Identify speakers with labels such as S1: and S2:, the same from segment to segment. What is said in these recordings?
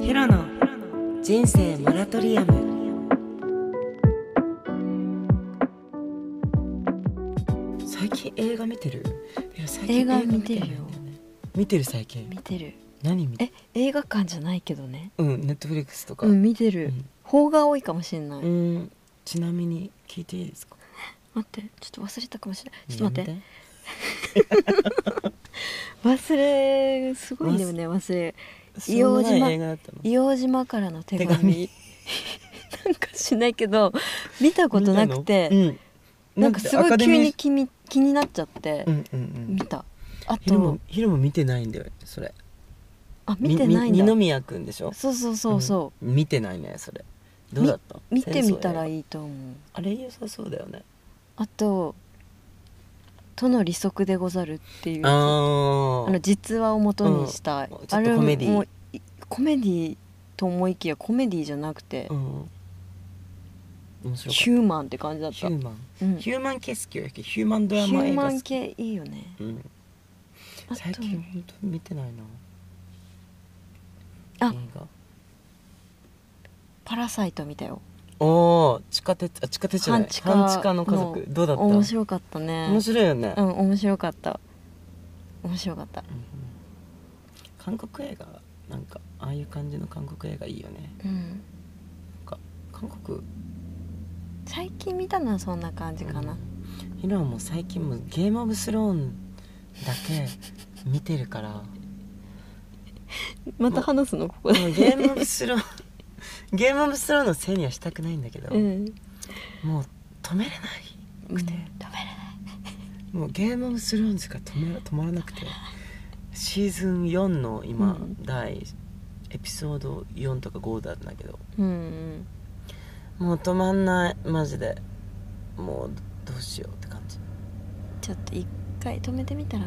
S1: ヘロの人生モラトリアム最近映画見てるいや最近
S2: 映画見てるよ
S1: 映画見てないんだね見てる最近
S2: 見てる
S1: 何見て
S2: え映画館じゃないけどね
S1: うんネットフリックスとか、
S2: うん見てる、
S1: うん
S2: 方が多いかもしんない、
S1: うんちなみに聞いていいですか
S2: 待ってちょっと忘れたかもしれないちょっと待って
S1: や
S2: 忘れすごいんだよね忘れ
S1: めてしょうもない
S2: 硫黄島
S1: 映画だったの
S2: 硫黄島からの手
S1: 手
S2: 紙
S1: 紙
S2: なんかしないけど見たことなくて
S1: 見たのう
S2: なんかすごい急に
S1: アカデミー
S2: 気に気になっちゃって、
S1: うんうん
S2: 見
S1: うん
S2: たあ
S1: ヒロも
S2: と
S1: ヒロも見てないんだよねそれ
S2: あ見てないん
S1: みみ
S2: だ
S1: 二宮くんでしょ
S2: そうそうそうそう、
S1: うん見てないねそれどうだった
S2: 見てみたら
S1: い
S2: いいと思う
S1: あれ良さそうだよね
S2: あと「との利息でござる」っていう
S1: あ
S2: あの実話を元にした、
S1: うんちょ
S2: あ
S1: っと
S2: れ
S1: コメディ
S2: もいコメディと思いきやコメディじゃなくて、
S1: うん面白か
S2: ヒューマンって感じだ
S1: った
S2: っ
S1: ヒ
S2: た、
S1: ュ
S2: う
S1: ーマ
S2: ん
S1: ン
S2: ヒ
S1: ヒ
S2: ュ
S1: ューマン系好きよヒューマンドラマ映
S2: ー
S1: 画
S2: マ
S1: 好
S2: ン
S1: き
S2: 系いいよね
S1: うん
S2: あと
S1: 最近本当に見てないな
S2: あ
S1: 映画
S2: 「パラサイト」見たよ
S1: おー地下鉄あ地下鉄じゃない
S2: 半
S1: 半
S2: 地
S1: 地
S2: 下
S1: 下の家族どうだった
S2: 面白かったね
S1: 面白いよね、
S2: うん面白かった面白かった
S1: うん韓国映画なんかああいう感じの韓国映画いいよね
S2: うん
S1: 韓国
S2: 最近見たのはそんな感じかな、
S1: うんヒロはもう最近もうゲームオブスローンだけ見てるからも
S2: また話すのここ
S1: う
S2: で
S1: ゲームオブスローン ゲームオブスローンのせいにはしたくないんだけど、
S2: うん
S1: もう止めれない
S2: うん
S1: くて
S2: 食べれない
S1: もうゲームオブスローンしか止め止まらなくてシーズン4の今、
S2: うん
S1: 第エピソード4とか5なんだけど
S2: うんうん
S1: もう止まんないマジでもうどうしようって感じ
S2: ちょっと一回止めてみたら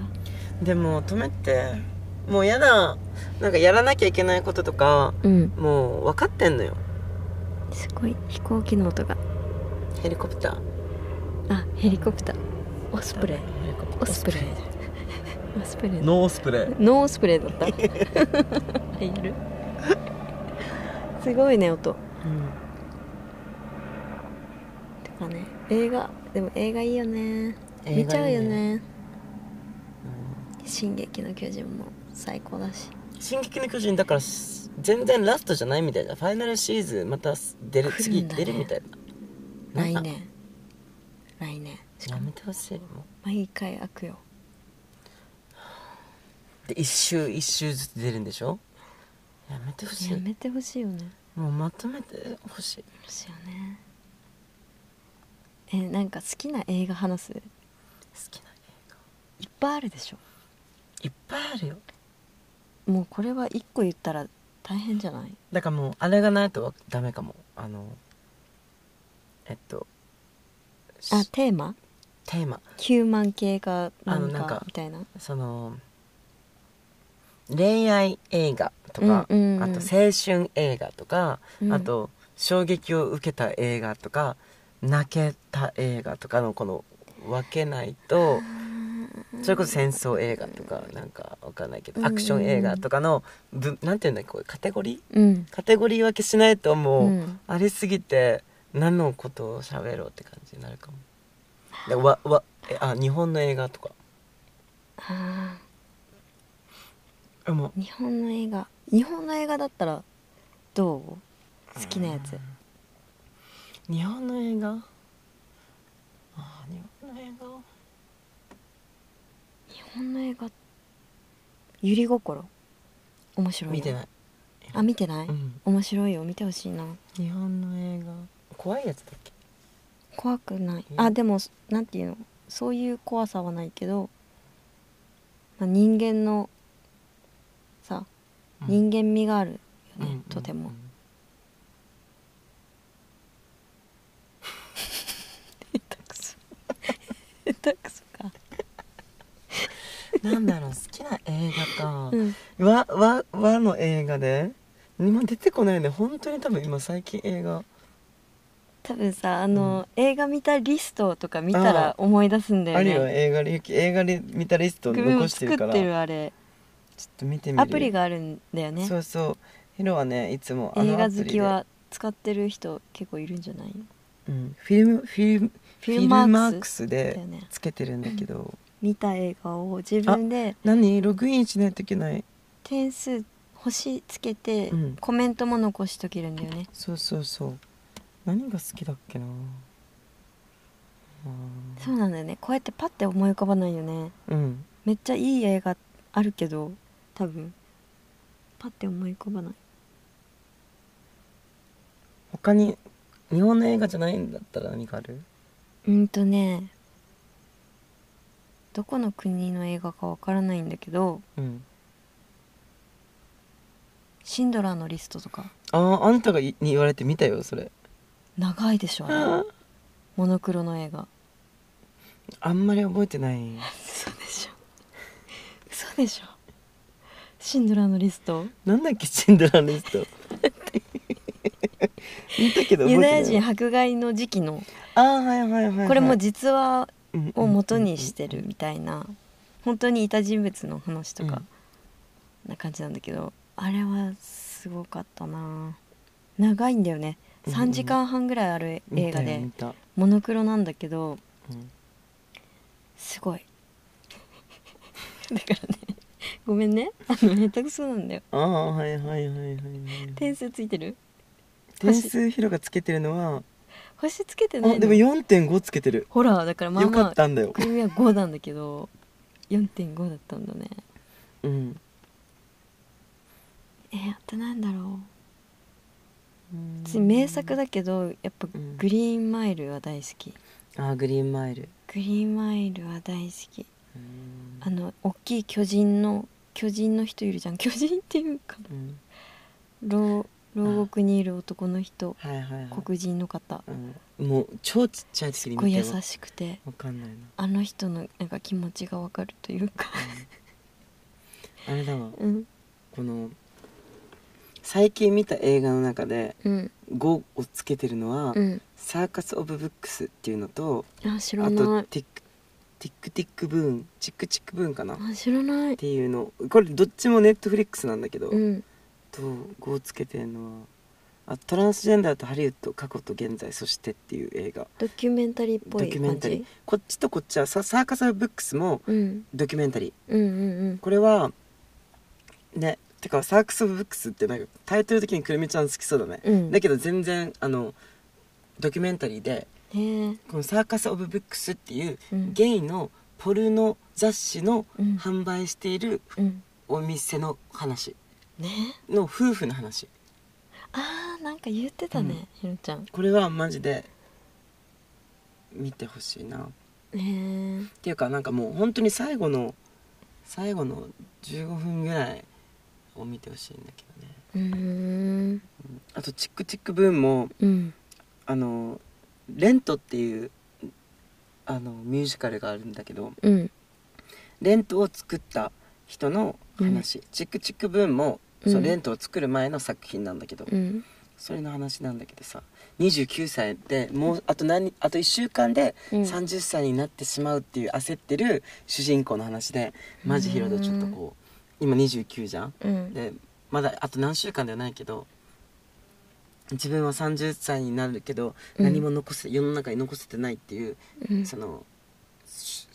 S1: でも止めてもうやだなんかやらなきゃいけないこととか
S2: うん
S1: もう分かってんのよ
S2: すごい飛行機の音が
S1: ヘリコプター
S2: あヘリコプターオスプレイ
S1: ヘリコプター
S2: オスプレイオスプレイノ
S1: ノーオスプレイ
S2: ースプレイだった入るすごいね音
S1: うん
S2: とかね映画でも映画いいよね
S1: 映画いいね
S2: 見ちゃうよね「進撃の巨人」も最高だし
S1: 「進撃の巨人」だからす全然ラストじゃないみたいなファイナルシーズンまたす出る
S2: 来る
S1: 次
S2: んだね
S1: 出るみたいな
S2: 来
S1: なんか
S2: 年来年し
S1: や
S2: かも
S1: めてほしいも
S2: 毎回開くよ
S1: うで一周一周ずつ出るんでしょやめてほし
S2: や
S1: い
S2: めてほしいよね
S1: もうまとめてほしい
S2: ほしいよねえなんか好きな映画話す
S1: 好きな映画
S2: いっぱいあるでしょ
S1: いっぱいあるよ
S2: もうこれは一個言ったら大変じゃない
S1: だからもうあれがないとわダメかもあのえっとし
S2: あテーマ
S1: テーマ
S2: ヒューマン系かなん
S1: あのなん
S2: か
S1: か
S2: みたいな
S1: その恋愛映画とか、
S2: うんうんうん
S1: あと青春映画とか、
S2: うん
S1: あと衝撃を受けた映画とか泣けた映画とかのこの分けないとそれこそ戦争映画とかなんかわかんないけ
S2: う
S1: ど
S2: んう
S1: ア
S2: ん
S1: クション映画とかのぶなんていうんだっけこれカテゴリー
S2: うん
S1: カテゴリー分けしないともう、
S2: うん
S1: ありすぎて何のことを喋ろうって感じになるかも。でわわえあ日本の映画とか
S2: あ
S1: でも
S2: ー日本の映画日本の映画だったらどう好きなやつ
S1: 日本の映画あー日本の映画
S2: 日本の映画ゆり心面白いよ
S1: 見てない、
S2: あ見てない、
S1: うん、
S2: 面白いよ見てほしいな
S1: 日本の映画怖いやつだっけ
S2: 怖くない
S1: うん
S2: あでもなんていうのそういう怖さはないけど、まあ、人間のさ人間味があるよね、
S1: うんうん
S2: とても、 下手くそ下手くそか
S1: うんなんだろう好きな映画か
S2: う、ん
S1: 和和和の映画で今出てこないね本当に多分今最近映画
S2: 多分さあの、映画見たリストとか見たら思い出すんだよ
S1: あるよ
S2: ね
S1: 映画リ映画リ見たリスト
S2: グミ
S1: 残
S2: も
S1: して
S2: 作
S1: る
S2: っ
S1: から
S2: てるあれ
S1: ちょっと見てみる
S2: アプリがあるんだよね
S1: そうそうヒロはねいつもあの
S2: 映画
S1: アプリ
S2: 好
S1: で
S2: きは使ってる人結構いるんじゃない
S1: うん、フィルムフィルム
S2: フ
S1: フィ
S2: ィル
S1: ル
S2: マークス
S1: マークス
S2: だ
S1: で
S2: よね
S1: つけてるんだけど、
S2: 見た映画を自分で
S1: 何ログインしないといけない
S2: 点数星つけて、
S1: うん
S2: コメントも残しとけるんだよね
S1: そうそうそう何が好きだっけな
S2: そうなんだよねこうやってパッて思い浮かばないよね
S1: うん
S2: めっちゃいい映画あるけど多分パッて思い浮かばない
S1: 他に日本の映画じゃないんだったら何かある
S2: うんとねどこの国の映画かわからないんだけど
S1: うん
S2: 「シンドラーのリスト」とか
S1: あああんたがいに言われて見たよそれ
S2: 長いでしょあれモノクロの映画
S1: あんまり覚えてない
S2: 嘘でしょ嘘でしょシンドラーのリスト
S1: なんだっけシンドラーのリス ト見たけど覚え
S2: ユ
S1: て
S2: ダ
S1: ない
S2: ヤ人迫害の時期の
S1: ああはいはいはい、はい、
S2: これも実話
S1: うん
S2: を元にしてるみたいな本当にいた人物の話とかな感じなんだけどあれはすごかったな長いんだよね
S1: うん
S2: 3時間半ぐらいある映画で
S1: 見たよ
S2: モノクロなんだけど
S1: 見た、うん
S2: すごい だからねごめんねあの下手くそなんだよ
S1: ああはいはいはいはいはい
S2: 点数ついてる
S1: 点数ヒロがつけてるのは
S2: 星つけてない
S1: あ
S2: の
S1: でも4.5つけてる
S2: ほらだからまあ
S1: よか
S2: ま
S1: っ
S2: あ
S1: たんだよ
S2: クリミは5なんだけど4.5だったんだね
S1: うん
S2: えー、あとなんだろう別に名作だけどやっぱ
S1: うん
S2: グリーンマイルは大好き
S1: あーグリーンマイル
S2: グリーンマイルは大好きあの大きい巨人の巨人の人いるじゃん巨人っていうか
S1: うん
S2: 牢牢獄にいる男の人
S1: はいはいはい
S2: 黒人の方
S1: うんもう超ちっちゃい時
S2: す
S1: に
S2: っごい
S1: 見
S2: 優
S1: てわ
S2: しくて
S1: わかんないな、
S2: あの人のなんか気持ちがわかるというか
S1: うんあれだわ
S2: うん
S1: この最近見た映画の中で
S2: うん
S1: 5をつけてるのは、
S2: うん
S1: サーカス・オブ・ブックスっていうのと
S2: あ知ら
S1: あ
S2: な
S1: とティ
S2: い
S1: ックティックティックブーンチックチックブーンかなっ
S2: あ知らない
S1: ていうのこれどっちもネットフリックスなんだけど、
S2: うん
S1: と5をつけてるのはあトランスジェンダーとハリウッド過去と現在そしてっていう映画
S2: ドキュメンタリーっぽ
S1: ド
S2: い
S1: キュメ
S2: 感
S1: ンタリー
S2: じ
S1: こっちとこっちはササーカス・オブ・ブックスも
S2: うん
S1: ドキュメンタリー
S2: うんうんうん
S1: これはねてかサーカス・オブ・ブックスってなんかタイトル的にくるみちゃん好きそうだね、
S2: うん
S1: だけど全然あのドキュメンタリーで
S2: ね
S1: このサーカス・オブ・ブックスっていう
S2: えうん
S1: ゲイのポルノ雑誌の
S2: うん
S1: 販売している
S2: うん
S1: お店の話
S2: ね
S1: の夫婦の話
S2: えあーなんか言ってたね、
S1: うん
S2: ひろちゃん
S1: これはマジで見てほしいなっ
S2: ね
S1: ていうかなんかもう本当に最後の最後の15分ぐらいを見てほしいんだけどね
S2: えうーん
S1: あと「チックチックブーン」も
S2: うん
S1: あの「レント」っていうあのミュージカルがあるんだけど
S2: うん
S1: レントを作った人の話、チックチックブーンもその
S2: うん
S1: レントを作る前の作品なんだけど、
S2: うん
S1: それの話なんだけどさ29歳でもうあと何あと1週間で
S2: うん
S1: 30歳になってしまうっていう焦ってる主人公の話でマジヒロとちょっとこう今29じゃん
S2: うん
S1: でまだあと何週間ではないけど自分は30歳になるけど
S2: うん
S1: 何も残せ、世の中に残せてないっていう、
S2: うん
S1: そのし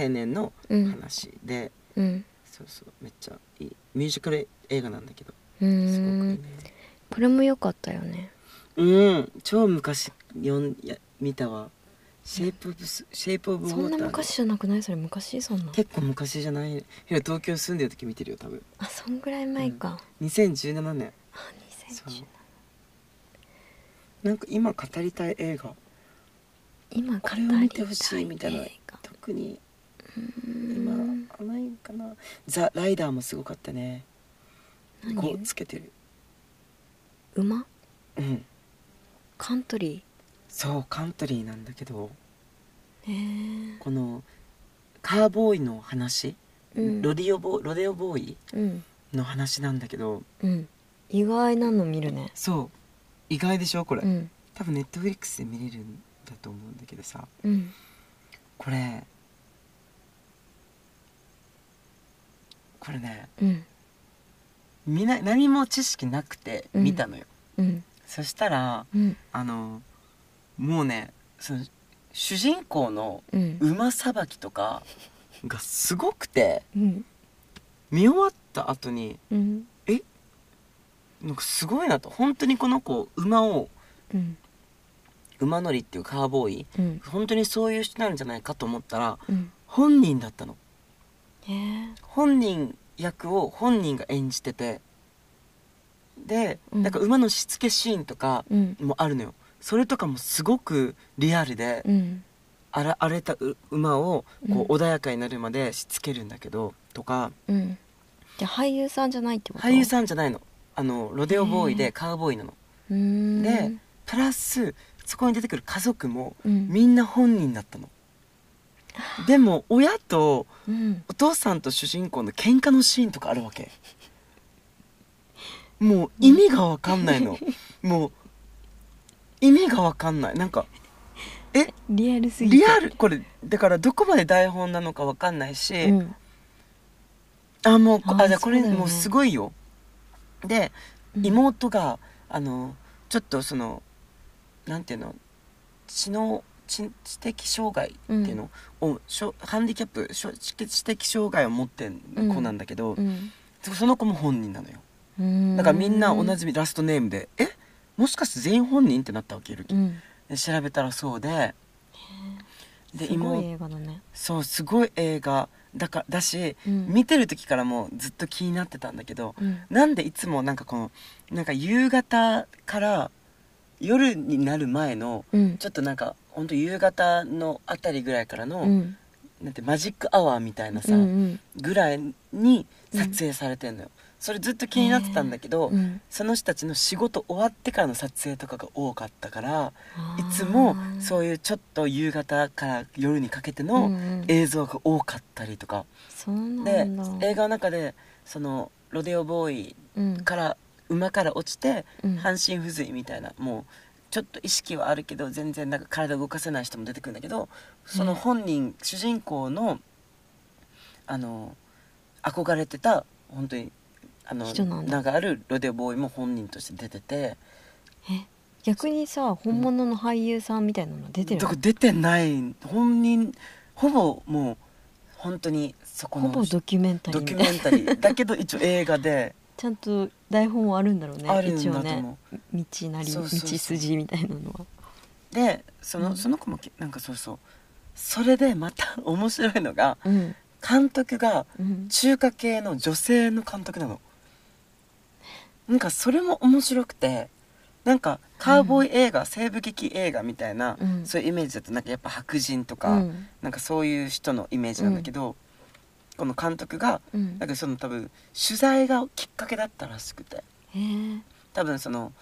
S1: 青年の
S2: うん
S1: 話で、
S2: うん
S1: そうそうめっちゃいいミュージカル映画なんだけど
S2: うー
S1: すごくいいね
S2: んこれも良かったよね
S1: うん超昔読んや見たわ「シェイプ・オブ・シェイプ・オブ・ウォ
S2: そん
S1: ータ
S2: な
S1: ーで」
S2: 昔じゃなくないそれ昔そんな
S1: 結構昔じゃないひろ東京に住んでる時見てるよ多分
S2: あそんぐらい前か、
S1: 2017年
S2: あ
S1: そう
S2: 2010
S1: なんか今語りたい映画
S2: 今
S1: これを見てほしいみたいな
S2: 語り映画
S1: 特に
S2: うー
S1: 今
S2: ん
S1: あないんかな「ザ・ライダー」もすごかったねこ
S2: 何
S1: うつけてる
S2: 馬
S1: うん
S2: カントリ
S1: そうカントリーなんだけど
S2: ーへえ
S1: このカーボーイの話、
S2: うん
S1: ロディオボーロデオボーイ
S2: うん
S1: の話なんだけど
S2: うん意外なの見るね
S1: そう意外でしょこれ、
S2: うん
S1: 多分ネットフリックスで見れるんだと思うんだけどさ
S2: うん
S1: これこれね
S2: うん
S1: 見ない何も知識なくて
S2: うん
S1: 見たのよ、
S2: うん
S1: そしたら
S2: うん
S1: あのもうねその主人公の
S2: うん
S1: 馬さばきとかがすごくて
S2: うん
S1: 見終わった後に
S2: うん
S1: なんかすごいなと本当にこの子馬を
S2: うん
S1: 馬乗りっていうカーボーイ
S2: うん
S1: 本当にそういう人なんじゃないかと思ったら
S2: うん
S1: 本人だったの
S2: へえ
S1: 本人役を本人が演じててで、
S2: うん
S1: なんか馬のしつけシーンとか
S2: うん
S1: もあるのよそれとかもすごくリアルで、
S2: うん
S1: 荒荒れたう馬をこう
S2: う
S1: 穏やかになるまでしつけるんだけどとか
S2: うんじゃあ俳優さんじゃないってこと
S1: 俳優さんじゃないのあのロデオボーイ
S2: へ
S1: で
S2: え
S1: カウボーイなの
S2: うーん
S1: でプラスそこに出てくる家族も
S2: うん
S1: みんな本人だったのでも親と
S2: うん
S1: お父さんと主人公の喧嘩のシーンとかあるわけもう意味がわかんない のもう意味がわかんないなんか
S2: リアルすぎて
S1: リアルこれだからどこまで台本なのかわかんないし、
S2: うん
S1: あもうこ
S2: あ
S1: あ
S2: ー
S1: じゃあこれ、
S2: そうだよね
S1: もうすごいよで
S2: うん
S1: 妹があのちょっとそのなんていうの知能知知的障害っていうのを、しょハンディキャップしょ知知的障害を持ってる子なんだけど、
S2: うん
S1: その子も本人なのよ
S2: うーん
S1: だからみんな同じラストネームで、えもしかして全員本人ってなったわけいる
S2: う、ん
S1: で調べたらそうでで
S2: すごい
S1: 妹
S2: 映画だね
S1: そうすごい映画だかだし、
S2: うん
S1: 見てる時からもうずっと気になってたんだけど、
S2: うん
S1: なんでいつもなんかこのなんか夕方から夜になる前の
S2: うん
S1: ちょっとなんかほんと夕方のあたりぐらいからの、
S2: うん
S1: なんてマジックアワーみたいなさ、
S2: うん
S1: ぐらいに撮影されてんのよ、それずっと気になってたんだけど、
S2: うんうん
S1: その人たちの仕事終わってからの撮影とかが多かったから
S2: あ
S1: い
S2: ー
S1: つもそういうちょっと夕方から夜にかけて
S2: うん
S1: の
S2: うん
S1: 映像が多かったりとか、
S2: そうな
S1: で
S2: んだ
S1: 映画の中でそのロデオボーイ
S2: うん
S1: から馬から落ちて
S2: うん
S1: 半身不随みたいなもうちょっと意識はあるけど全然なんか体動かせない人も出てくるんだけどその本人、主人公のあの憧れてた本当にあの
S2: 人なんだ
S1: 名があるロデオボーイも本人として出てて
S2: え逆にさ本物の俳優さんみたいなの出てる
S1: だ
S2: の
S1: から出てない本人ほぼもう本当にそこ
S2: ほ
S1: の
S2: ぼドキュメンタリ
S1: ド
S2: ーみ
S1: キ
S2: た
S1: ュ
S2: いな
S1: メンタリーだけど一応映画で
S2: ちゃんと台本はあるんだろう ね
S1: あるんだ
S2: 一
S1: と
S2: 応
S1: 思う。
S2: ね道なり
S1: そうそうそう
S2: 道筋みたいなのは
S1: でその,、
S2: うん
S1: その子もけなんかそうそうそれでまた面白いのが
S2: うん
S1: 監督が
S2: うん
S1: 中華系の女性の監督なのなんかそれも面白くてなんかカーボーイ映画、西部劇映画みたいな、
S2: うん
S1: そういうイメージだとなんかやっぱ白人と
S2: う
S1: か、
S2: ん
S1: なんかそういう人のイメージなんだけど、この監督が
S2: うん
S1: なんかその多分取材がきっかけだったらしくて
S2: へえ
S1: 多分その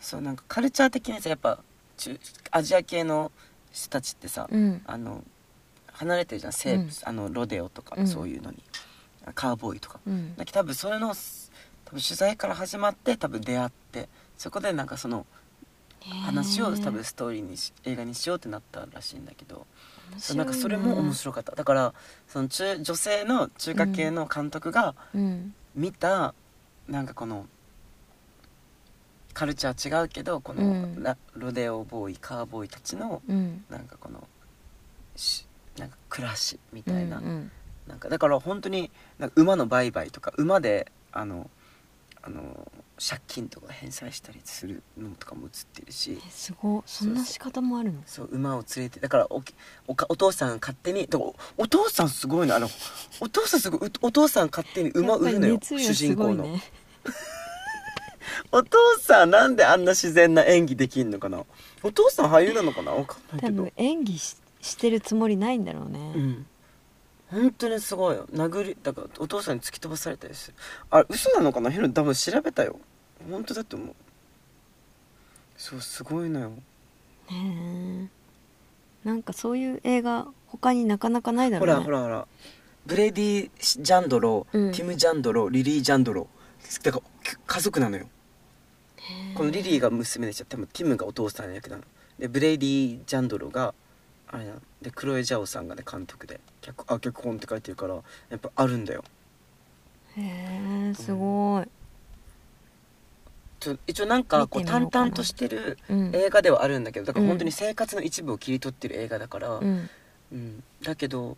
S1: そうなんかカルチャー的にさやっぱ中アジア系の人たちってさ、
S2: うん
S1: あの離れてるじゃん西部、
S2: うん
S1: あのロデオとか、
S2: うん
S1: そういうのにカーボーイとか、
S2: うん
S1: だけど多分それの多分取材から始まって多分出会ってそこでなんかその話を
S2: へえ
S1: 多分ストーリーにし映画にしようってなったらしいんだけど
S2: 面
S1: そ
S2: 白
S1: う
S2: い
S1: なんかそれも面白かっただからその中女性の中華系の監督が
S2: うん
S1: 見た、なんかこのカルチャー違うけどこの、
S2: うん
S1: ラロデオボーイカーボーイたちの
S2: うん
S1: なんかこのしなんか暮らしみたいな,、
S2: うんうん
S1: なんかだから本当になんか馬の売買とか馬であのあの借金とか返済したりするのとかも映ってるし
S2: えすごいそんな仕方もあるの
S1: そう馬を連れてだからおきおかお父さん勝手にだからおお父さんすごいのあのお父さんすごいうお父さん勝手に馬売るの
S2: やっ
S1: よ、
S2: ぱり熱量
S1: 主
S2: す
S1: 人
S2: ご
S1: 公
S2: い
S1: の
S2: ね
S1: お父さんなんであんな自然な演技できんのかなお父さん俳優なのかなわかんない
S2: 多
S1: けど
S2: 分演技ししてるつもりないんだろう
S1: う
S2: ね
S1: ん本当にすごいよ殴りだからお父さんに突き飛ばされたりするあれ嘘なのかなヘロ多分調べたよ本当だと思うそうすごいのよ
S2: へえなんかそういう映画他になかなかないだろ
S1: ほ
S2: うね
S1: らほらほらブレディ・ジャンドロー、
S2: うん
S1: ティム・ジャンドローリリー・ジャンドローだから家族なのよこのリリーが娘でしょ多分ティムがお父さんの役なのでブレディ・ジャンドローがあれなのでクロエ・ジャオさんがね監督で脚あ脚本って書いてるからやっぱあるんだよ
S2: へえすごい
S1: ちょ一応なんかこう
S2: 見てみ
S1: 淡
S2: ようかな
S1: 々としてる
S2: うん
S1: 映画ではあるんだけどだから
S2: うん
S1: 本当に生活の一部を切り取ってる映画だから、う
S2: うんん
S1: だけど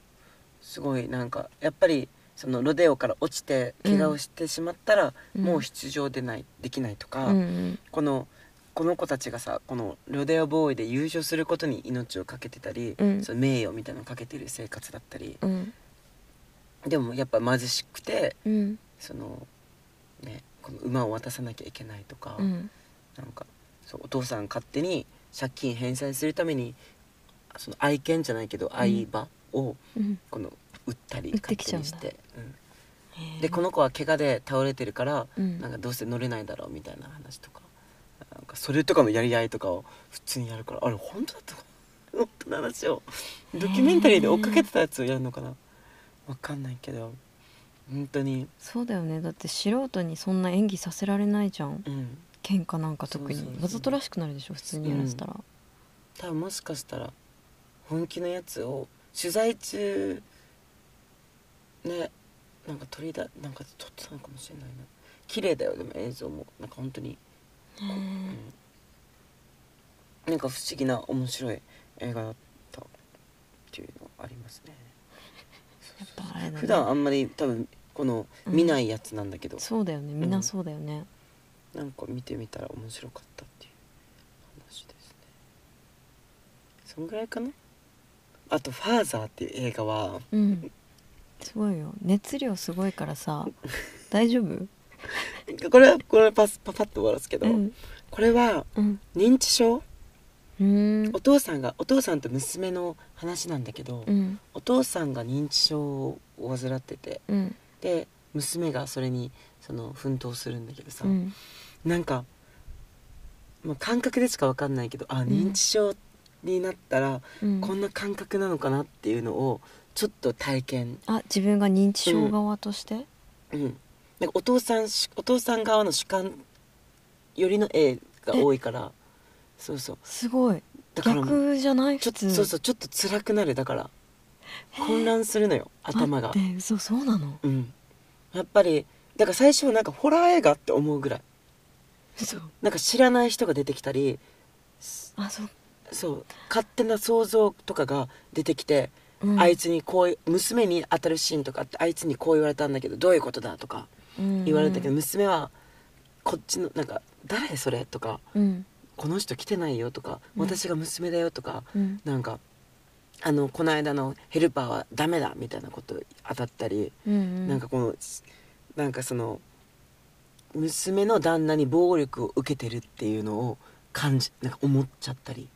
S1: すごいなんかやっぱりそのロデオから落ちて怪我をしてしまったら、
S2: うん
S1: もう出場でないできないとか、
S2: うん
S1: このこの子たちがさこのロデオボーイで優勝することに命を懸けてたり、
S2: うん
S1: その名誉みたいなのをかけてる生活だったり
S2: うん
S1: でもやっぱ貧しくて
S2: うん
S1: そのねこの馬を渡さなきゃいけないとか、
S2: うん
S1: なんかそうお父さん勝手に借金返済するためにその愛犬じゃないけど愛馬を
S2: うん
S1: この売ったり
S2: 売って
S1: 勝
S2: き
S1: 手
S2: ちゃうん
S1: に
S2: だ
S1: して、うん
S2: へえ
S1: でこの子は怪我で倒れてるから、
S2: うん
S1: なんかどうせ乗れないだろうみたいな話とかなんかそれとかのやり合いとかを普通にやるからあれ本当だったかな本当の話をドキュメンタリーで追っかけてたやつをやるのかなわかんないけど本当に
S2: そうだよねだって素人にそんな演技させられないじゃん
S1: うん
S2: 喧嘩なんか特
S1: そうそうそ
S2: に
S1: う
S2: わざとらしくなるでしょ普通にやらせたら
S1: 多分もしかしたら本気のやつを取材中ねなんか取りだなんか撮ってたのかもしれないな綺麗だよでも映像もなんか本当に、
S2: へえ
S1: うん、なんか不思議な面白い映画だったっていうのありますね
S2: やっぱあれだね
S1: 普段あんまり多分この
S2: うん
S1: 見ないやつなんだけど、
S2: そうだよねみんなそうだよね
S1: なんか見てみたら面白かったっていう話ですねそんぐらいかなあと「ファーザー」っていう映画は
S2: うんすごいよ熱量すごいか らさ大丈夫
S1: これはこれはパスパパッと終わらすけど、
S2: うん
S1: これは
S2: うん
S1: 認知症
S2: うん
S1: お父さんがお父さんと娘の話なんだけど、
S2: うん
S1: お父さんが認知症を患ってて
S2: うん
S1: で娘がそれにその奮闘するんだけどさ、
S2: うん
S1: なんか、まあ、感覚でしか分かんないけどあ
S2: ん
S1: 認知症になったら
S2: うん
S1: こんな感覚なのかなっていうのをちょっと体験、
S2: あ自分が認知症側として
S1: うん、なんかお父さんしお父さん側の主観よりの絵が多いからそうそう
S2: すごい
S1: だからもう
S2: 逆じゃない
S1: ちょ
S2: 普
S1: っと
S2: 通
S1: そうそうちょっと辛くなるだから混乱するのよ頭が
S2: 待ってそうそうなの
S1: うんやっぱりだから最初はなんかホラー映画って思うぐらい
S2: そう
S1: なんか知らない人が出てきたり
S2: あそう
S1: そう勝手な想像とかが出てきて、
S2: うん
S1: あいつにこうい娘に当たるシーンとかあってあいつにこう言われたんだけどどういうことだとか言われたけど、娘はこっちのなんか「誰それ?」とか
S2: うん
S1: 「この人来てないよ」とか「
S2: うん
S1: 私が娘だよ」とか、
S2: うん
S1: なんか「あのこの間のヘルパーはダメだ」みたいなこと当たったり、
S2: うんうん
S1: なんかこのなんかその娘の旦那に暴力を受けてるっていうのを感じなんか思っちゃったり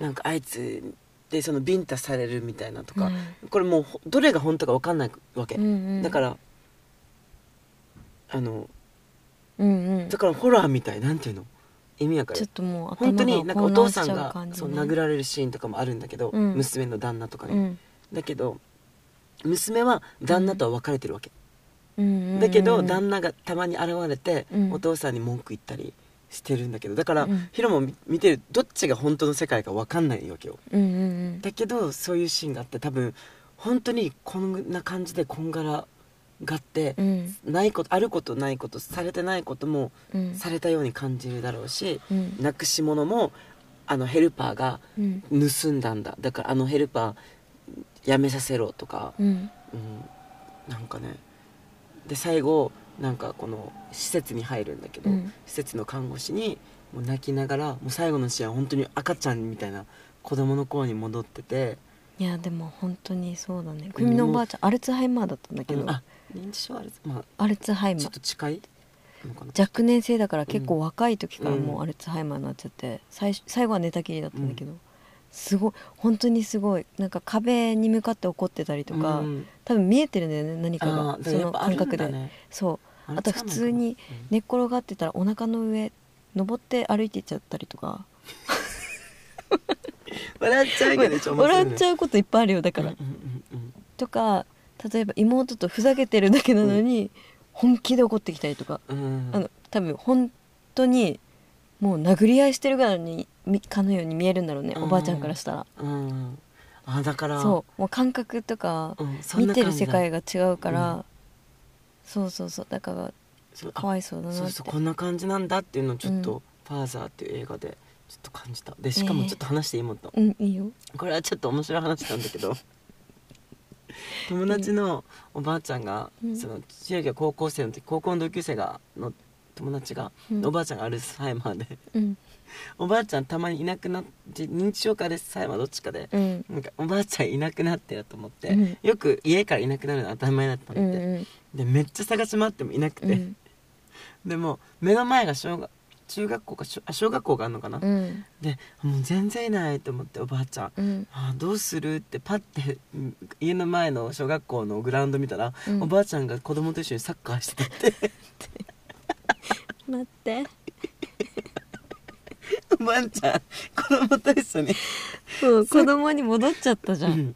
S1: なんかあいつでそのビンタされるみたいなとか、これもうほどれが本当か分かんないわけ、
S2: うんうん
S1: だからあの
S2: うんうん
S1: だからホラーみたいなんていうの意味わか
S2: ちょ
S1: る
S2: っともう頭
S1: 本当になんかお父さん
S2: 混乱しちゃう
S1: が
S2: 感じ
S1: そう
S2: ね
S1: 殴られるシーンとかもあるんだけど、
S2: うん
S1: 娘の旦那とか
S2: う
S1: に、
S2: ん
S1: だけど娘は旦那とは別れてるわけ、
S2: うんうん
S1: だけど旦那がたまに現れて、
S2: うん
S1: お父さんに文句言ったりしてるんだけどだから、
S2: うん
S1: ヒロも見見てるどっちが本当の世界か分かんないわけよ
S2: うんうん
S1: だけどそういうシーンがあって多分本当にこんな感じでこんがらがって
S2: う、ん
S1: ないことあることないことされてないことも
S2: うん
S1: されたように感じるだろうし、
S2: うん
S1: なくし物もあのヘルパーが
S2: うん
S1: 盗んだんだだからあのヘルパーやめさせろとか、
S2: うん
S1: うん、なんかねで最後なんかこの施設に入るんだけど、
S2: うん
S1: 施設の看護師にもう泣きながらもう最後のシーンは本当に赤ちゃんみたいな子供の頃に戻ってて、
S2: いやでも本当にそうだね組のおばあちゃんアルツハイマーだったんだけど
S1: うんあ認知症あれ、まあ、
S2: アルツハイマ
S1: ちょっ
S2: ー
S1: と近いのかな
S2: 若年性だから結構若い時から
S1: う
S2: も
S1: ん
S2: うアルツハイマーになっちゃって最初最後は寝たきりだったんだけど、すごい本当にすごいなんか壁に向かって怒ってたりとか、
S1: うん
S2: 多分見えてるんだよね何か
S1: あ
S2: が
S1: ーだか
S2: そ
S1: らや
S2: の
S1: っぱある
S2: 感
S1: んだ
S2: 覚で、
S1: ね
S2: そう
S1: あ
S2: あと普通に寝っ転がってたらお腹の上登って歩いていっちゃったりとか
S1: 笑っちゃうけどちょ
S2: 笑っち
S1: ゃ
S2: ゃうこといっぱいあるよだから、
S1: うんうんうん
S2: とか例えば妹とふざけてるだけなのに本気で怒ってきたりとか、
S1: うんうん
S2: あの多分本当にもう殴り合いしてるからにみかのように見えるんだろうね、
S1: うん
S2: おばあちゃんからしたら、
S1: うんあだから
S2: そうもう感覚とか
S1: うん、そん
S2: 見
S1: な
S2: て
S1: 感
S2: る
S1: じ
S2: 世
S1: だ
S2: 界が違うから、
S1: う
S2: そうそうそうだから
S1: そうあ
S2: かわいそうだなって
S1: そうそうこんな感じなんだっていうのをちょっと、
S2: うん
S1: ファーザーっていう映画でちょっと感じたでしかもちょっと話していいもっと、
S2: うんいいよ
S1: これはちょっと面白い話なんだけ ど友達のおばあちゃんが、
S2: うん
S1: その千秋が高校生の時高校の同級生がの友達が、
S2: うん
S1: おばあちゃんがアルツハイマーで
S2: うん
S1: おばあちゃんたまにいなくなって認知症かアルツハイマーどっちかで、
S2: うん
S1: なんかおばあちゃんいなくなってやと思って、
S2: うん
S1: よく家からいなくなるの当たり前だった
S2: うん
S1: で、
S2: ん
S1: でめっちゃ探し回ってもいなくて、
S2: うん
S1: でも目の前が小学中学校か小あ小学校があるのかな、
S2: うん
S1: でもう全然いないと思っておばあちゃん
S2: うん
S1: あーどうするってパッてうん家の前の小学校のグラウンド見たら、
S2: うん
S1: おばあちゃんが子供と一緒にサッカーしてて
S2: 待って
S1: おばあちゃん子供と一緒に、
S2: そう子供に戻っちゃったじゃ
S1: うんん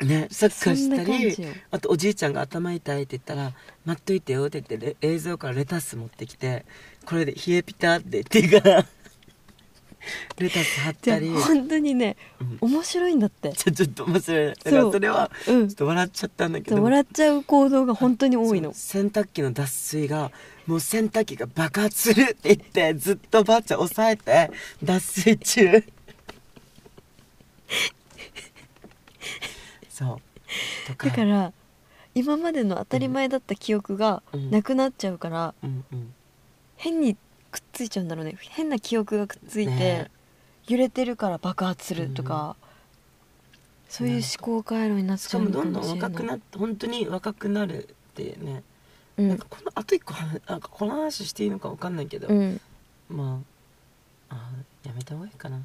S1: ね、サッカ
S2: そ
S1: ーし
S2: ん
S1: た
S2: な感
S1: り
S2: じよ
S1: あとおじいちゃんが頭痛いって言ったら「待っといてよ」って言ってれ冷蔵庫からレタス持ってきてこれで冷えピタって言ってから レタス貼っ
S2: じゃ
S1: た
S2: あ
S1: り、
S2: 本当にね
S1: うん
S2: 面白いんだって
S1: ちょちょっと面白いだか
S2: そ
S1: ら
S2: う
S1: それはち
S2: う
S1: ょ
S2: ん
S1: っと笑っちゃったんだけど
S2: 笑っちゃう行動が本当に多い
S1: そ
S2: の
S1: う洗濯機の脱水がもう洗濯機が爆発するって言ってずっとばあちゃん抑えて脱水 中そうとか
S2: だから今までの当たり前だった記憶が
S1: うん
S2: なくなっちゃうから
S1: うんうん
S2: 変にくっついちゃうんだろうね変な記憶がくっついて
S1: ね
S2: 揺れてるから爆発するとかそういう思考回路になっ
S1: し
S2: ちゃ
S1: かも
S2: うの
S1: ど
S2: か
S1: んど
S2: もし
S1: ん
S2: れな
S1: 若
S2: い
S1: くなって本当に若くなるっていうね、
S2: う
S1: なん
S2: ん
S1: かこのあと一個話なんかこの話していいのか分かんないけど、
S2: うん
S1: まああーやめた方がいいかな、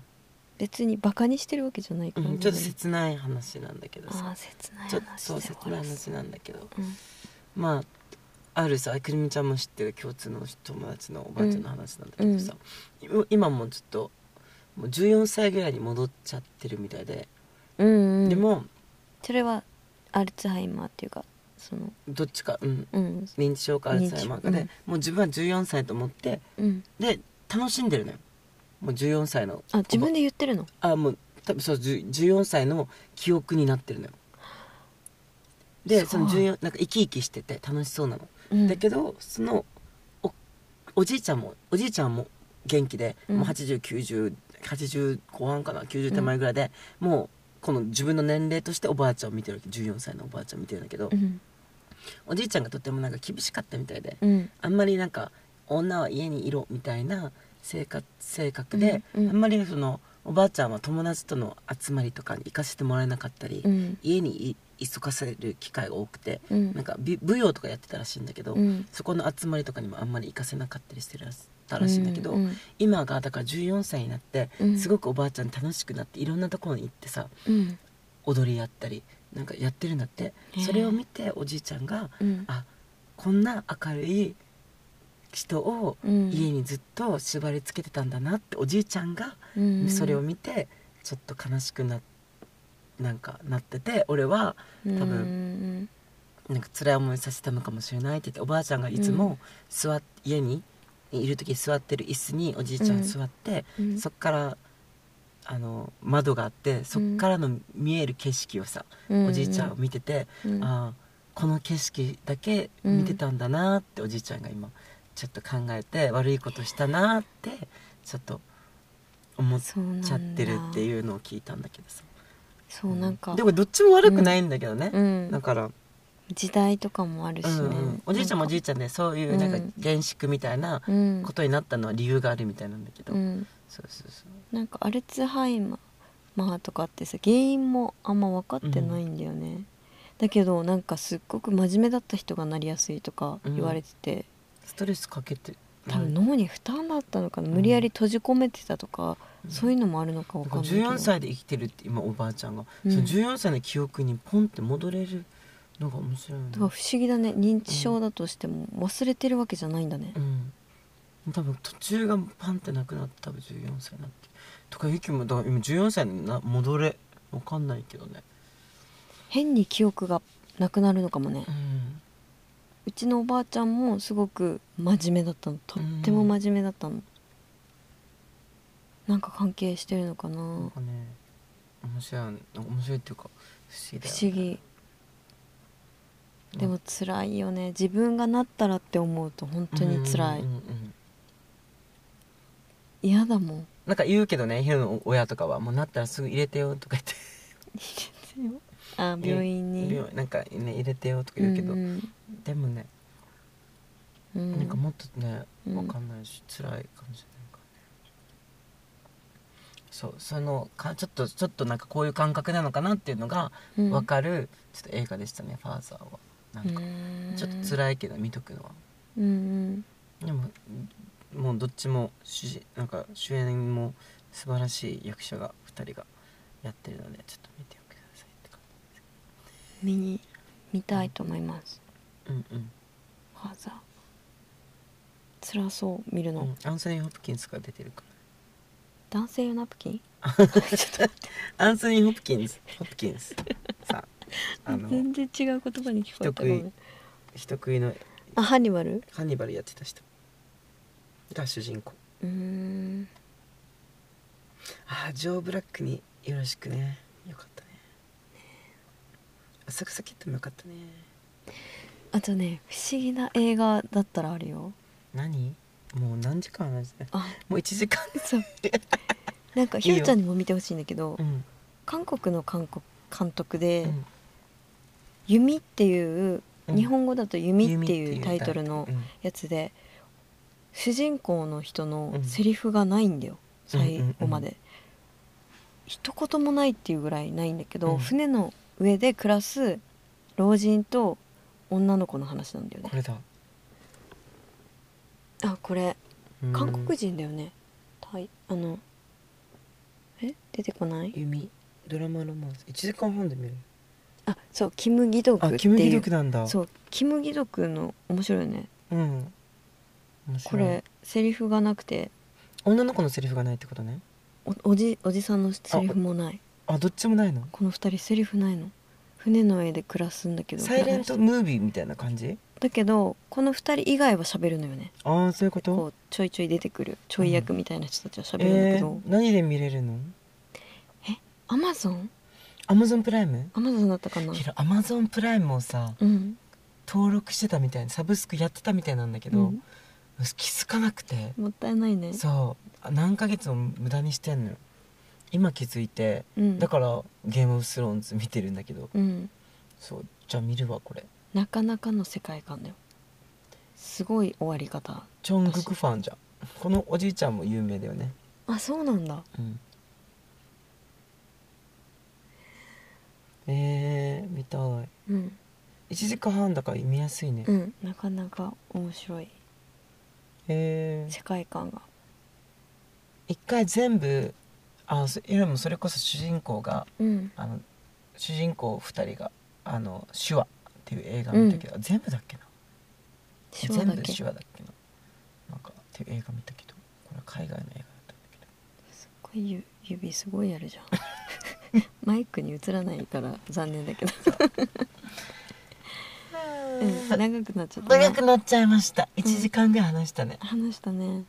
S2: 別にバカにしてるわけじゃないか
S1: う
S2: ら
S1: ん、ちょっと切ない話なんだけど
S2: あ
S1: さ
S2: あ切ない
S1: ちょっと
S2: 話
S1: そう切ない話なんだけど
S2: うん
S1: まああるさくるみちゃんも知ってる共通の友達のおばあちゃんの話なんだけどさ、今今もちょっともう14歳ぐらいに戻っちゃってるみたいで、
S2: うんうん
S1: でも
S2: それはアルツハイマーっていうかその
S1: どっちか、うん、
S2: うん
S1: 認知症かアルツハイマーかで、
S2: 認知
S1: もう自分は14歳と思って
S2: うん
S1: で楽しんでるのよもう14歳の
S2: あ自分
S1: で
S2: で言ってるの
S1: あもう多分そう10 14歳の記憶になってるのよでその
S2: そう
S1: 14なんか生き生きしてて楽しそうなの
S2: うん
S1: だけどそのおおじいちゃんもおじいちゃんも元気で、
S2: うん
S1: もう809080後半かな90手前ぐらいで、もうこの自分の年齢としておばあちゃんを見てるわけ14歳のおばあちゃんを見てるんだけど、
S2: うん
S1: おじいちゃんがとってもなんか厳しかったみたいで、
S2: うん
S1: あんまりなんか女は家にいろみたいな性格性格で、
S2: うんうん
S1: あんまりそのおばあちゃんは友達との集まりとかに行かせてもらえなかったり、
S2: うん
S1: 家にい急かせる機会が多くて、
S2: うん
S1: なんかび舞踊とかやってたらしいんだけど、
S2: うん
S1: そこの集まりとかにもあんまり行かせなかったりしてらしたらしいんだけど、
S2: うん
S1: 今がだから14歳になって、
S2: うん
S1: すごくおばあちゃん楽しくなっていろんなところに行ってさ
S2: うん
S1: 踊りやったりなんかやってるんだって、
S2: へえ
S1: それを見ておじいちゃんが、
S2: うん
S1: あこんな明るい人を
S2: うん
S1: 家にずっと縛りつけてたんだなっておじいちゃんが
S2: うん
S1: それを見てちょっと悲しくななんかなってて俺は多分
S2: 分
S1: なんか辛い思いさせたのかもしれないって言っておばあちゃんがいつ
S2: う
S1: も座っ家にいる時座ってる椅子におじいちゃん座って、
S2: うん
S1: そっからあの窓があってそっからの見える景色をさ、おじいちゃんを見てて、
S2: うん
S1: ああこの景色だけ見てたんだなっておじいちゃんが今ちょっと考えて悪いことしたなってちょっと思っち
S2: そうなんだ
S1: ゃってるっていうのを聞いたんだけどさ
S2: そうなんか
S1: でもどっちも悪くないんだけどね、
S2: うん
S1: だから
S2: 時代とかもあるしね
S1: うんうんおじいちゃんもおじい
S2: ち
S1: ちゃんでそういうなんか
S2: うん
S1: 厳粛みたいな
S2: ゃん
S1: ことになったのは理由があるみたいなんだけど、
S2: うん
S1: そうそうそう
S2: なんかアルツハイマーとかってさ原因もあんま分かってないんだよね、だけどなんかすっごく真面目だった人がなりやすいとか言われてて、
S1: ストレスかけて
S2: 多分脳に負担だったのかな、無理やり閉じ込めてたとか、
S1: うん
S2: そういうのもあるのか分かんないけど
S1: 14歳で生きてるって今おばあちゃんが、
S2: うん
S1: その14歳の記憶にポンって戻れるのが面白いよね
S2: だから不思議だね認知症だとしても忘れてるわけじゃないんだね、
S1: うん多分途中がパンってなくなって多分14歳になってとかゆきもだから今14歳にな戻れわかんないけどね
S2: 変に記憶がなくなるのかもね、
S1: うん
S2: うちのおばあちゃんもすごく真面目だったのとっても真面目だったの、なんか関係してるのかな、
S1: なんかね面白い面白いっていうか不思議だ
S2: 不
S1: よね
S2: 思議でも辛いよね自分がなったらって思うと本当に辛い
S1: うんうんうん
S2: 嫌だもん
S1: なんか言うけどねヒロの親とかは「もうなったらすぐ入れてよ」とか言って
S2: あ病院に
S1: 病なんかね入れてよとか言うけど、
S2: うん
S1: でもね、
S2: うん
S1: なんかもっとね
S2: うん
S1: わかんないし、辛い感じなんかねそうそのかちょっとちょっとなんかこういう感覚なのかなっていうのが
S2: うん
S1: わかる、ちょっと映画でしたね「ファーザーは」なんかちょっと
S2: い
S1: 辛いけど見とくのは
S2: うんうん
S1: でももうどっちも主人なんか主演も素晴らしい役者が2人がやってるのでちょっと見てくださいって感
S2: 見に見たいと思います
S1: じうんうん
S2: ファーザー辛そう見るの、
S1: うん、アンソニー・ホプキンスが出てるか
S2: 男性用ナプキン
S1: なアンソニー・ホプキンスホプキンスさああの
S2: 全然違う言葉に聞こえ
S1: 人
S2: た
S1: 食い
S2: ごめん
S1: 人食いの
S2: あハンニバル
S1: ハンニバルやってた人が主人公
S2: うーん
S1: ああジョー・ブラックによろしくねよかったね浅草キッドもよかったね
S2: あとね不思議な映画だったらあるよ
S1: 何もう何時間話して
S2: あ
S1: もう1時間
S2: そう なんか
S1: いい
S2: ひ
S1: よ
S2: ろちゃんにも見てほしいんだけど
S1: うん
S2: 韓国の韓国監督で
S1: うん
S2: 「弓」っていう
S1: うん
S2: 日本語だと「弓」って
S1: 弓
S2: いうタイトルの
S1: うん
S2: やつで主人公の人の
S1: うん
S2: セリフがないんだよ
S1: うんうんうん
S2: 最後まで一言もないっていうぐらいないんだけ
S1: う
S2: ど
S1: ん
S2: 船の上で暮らす老人と女の子の話なんだよ
S1: こ
S2: ね
S1: れだ
S2: あこれ
S1: うん
S2: 韓国人だよねタイあのえ出てこない
S1: 弓ドラマロマンス1時間半で見る
S2: あそうキム・ギドクっ
S1: あ
S2: て
S1: キム・ギ
S2: い
S1: ド
S2: う
S1: クなんだ
S2: そうキム・ギドクの面白いよね
S1: うん面
S2: こ
S1: 白い
S2: れセリフがなくて
S1: 女の子のセリフがないってことね
S2: おおじおじさんのセリフもない
S1: あどっちもないの
S2: この二人セリフないの船の上で暮らすんだけど
S1: サイレントムービーみたいな感じ
S2: だけどこの二人以外は喋るのよね
S1: ああそういうこと
S2: こうちょいちょい出てくるちょい役みたいな人たちは喋るんだ
S1: え
S2: けど
S1: ー、何で見れるの
S2: アマゾン
S1: アマゾンプライム
S2: アマゾンだったかな
S1: ひろアマゾンプライムをさ
S2: うん
S1: 登録してたみたいなサブスクやってたみたいなんだけ
S2: う
S1: ど、
S2: ん
S1: 気づかなくて
S2: もったいないね
S1: そうあ何ヶ月も無駄にしてんのよ今気づいて
S2: うん
S1: だから「ゲームオブスローンズ」見てるんだけど
S2: うん
S1: そうじゃあ見るわこれ
S2: なかなかの世界観だよすごい終わり方
S1: チョングクファンじゃんこのおじいちゃんも有名だよね
S2: あそうなんだ
S1: うんえー、見たい
S2: うん
S1: 1時間半だから見やすいね、
S2: うんなかなか面白い
S1: えー
S2: 世界観が
S1: 一回全部あそいやでもそれこそ主人公が
S2: うん
S1: あの主人公2人が「あの手話」っていう映画見たけど、全部だっけな
S2: 手話
S1: 全
S2: だ
S1: 部
S2: け
S1: 手話だっけななんかっていう映画見たけどこれは海外の映画だったんだけど
S2: すっごいゆ指すごいやるじゃん マイクに映らないから残念だけど、うん、長くなっちゃった、
S1: 長
S2: ね
S1: く、なっちゃいました1時間ぐらい話したね、
S2: 話したね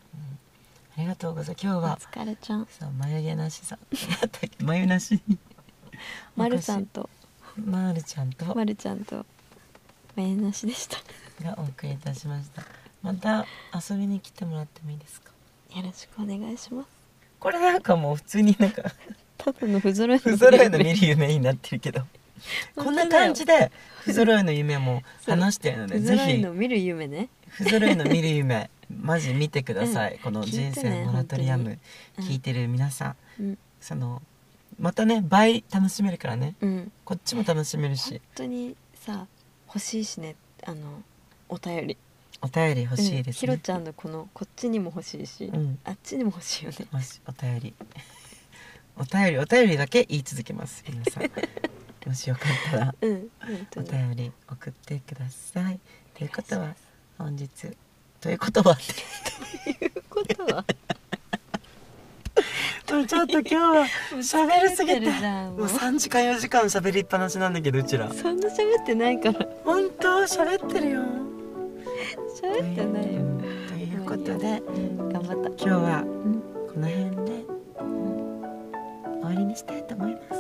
S1: ありがとうございます今日
S2: お
S1: は
S2: 疲れちゃん
S1: さ眉毛なしさん なんだっけ眉なし に
S2: まるさんと
S1: まるちゃんと
S2: まるちゃんとめなしでした
S1: がお送りいたしましたまた遊びに来てもらってもいいですか
S2: よろしくお願いします
S1: これなんかもう普通になんか
S2: ただの不揃いの
S1: 不揃いの見る夢になってるけ どこんな感じで不揃いの夢も話してるので
S2: 不
S1: ぜ
S2: 揃い
S1: ひ
S2: の見る夢ね
S1: 不揃いの見る夢マジ見てください、この「人生のモラトリアム」
S2: 聞
S1: 聞い
S2: い
S1: てる皆さん、
S2: うん
S1: そのまたね倍楽しめるからね
S2: うん
S1: こっちも楽しめる
S2: 本
S1: し
S2: 当にさ欲しいしねあのお便り
S1: お便り欲しい
S2: うん
S1: です
S2: ひ
S1: ね、
S2: ろちゃんのこのこっちにも欲しいし、
S1: うん
S2: あっちにも欲しいよね
S1: もしお便り お便りお便りだけ言い続けます皆 さんもしよかったら
S2: うん本当
S1: お
S2: に
S1: 便り送ってくださいということは本日ということはって
S2: ということは
S1: ちょっと今日 は喋りすぎ
S2: 疲れてるじゃ
S1: た
S2: んもう
S1: もう3時間4時間喋りっぱなしなんだけどうちら
S2: そんな喋ってないから
S1: 本当喋ってるよ
S2: 喋ってないよ
S1: ということで
S2: 頑張った
S1: 今日は
S2: ん
S1: この辺で終わりにしたいと思います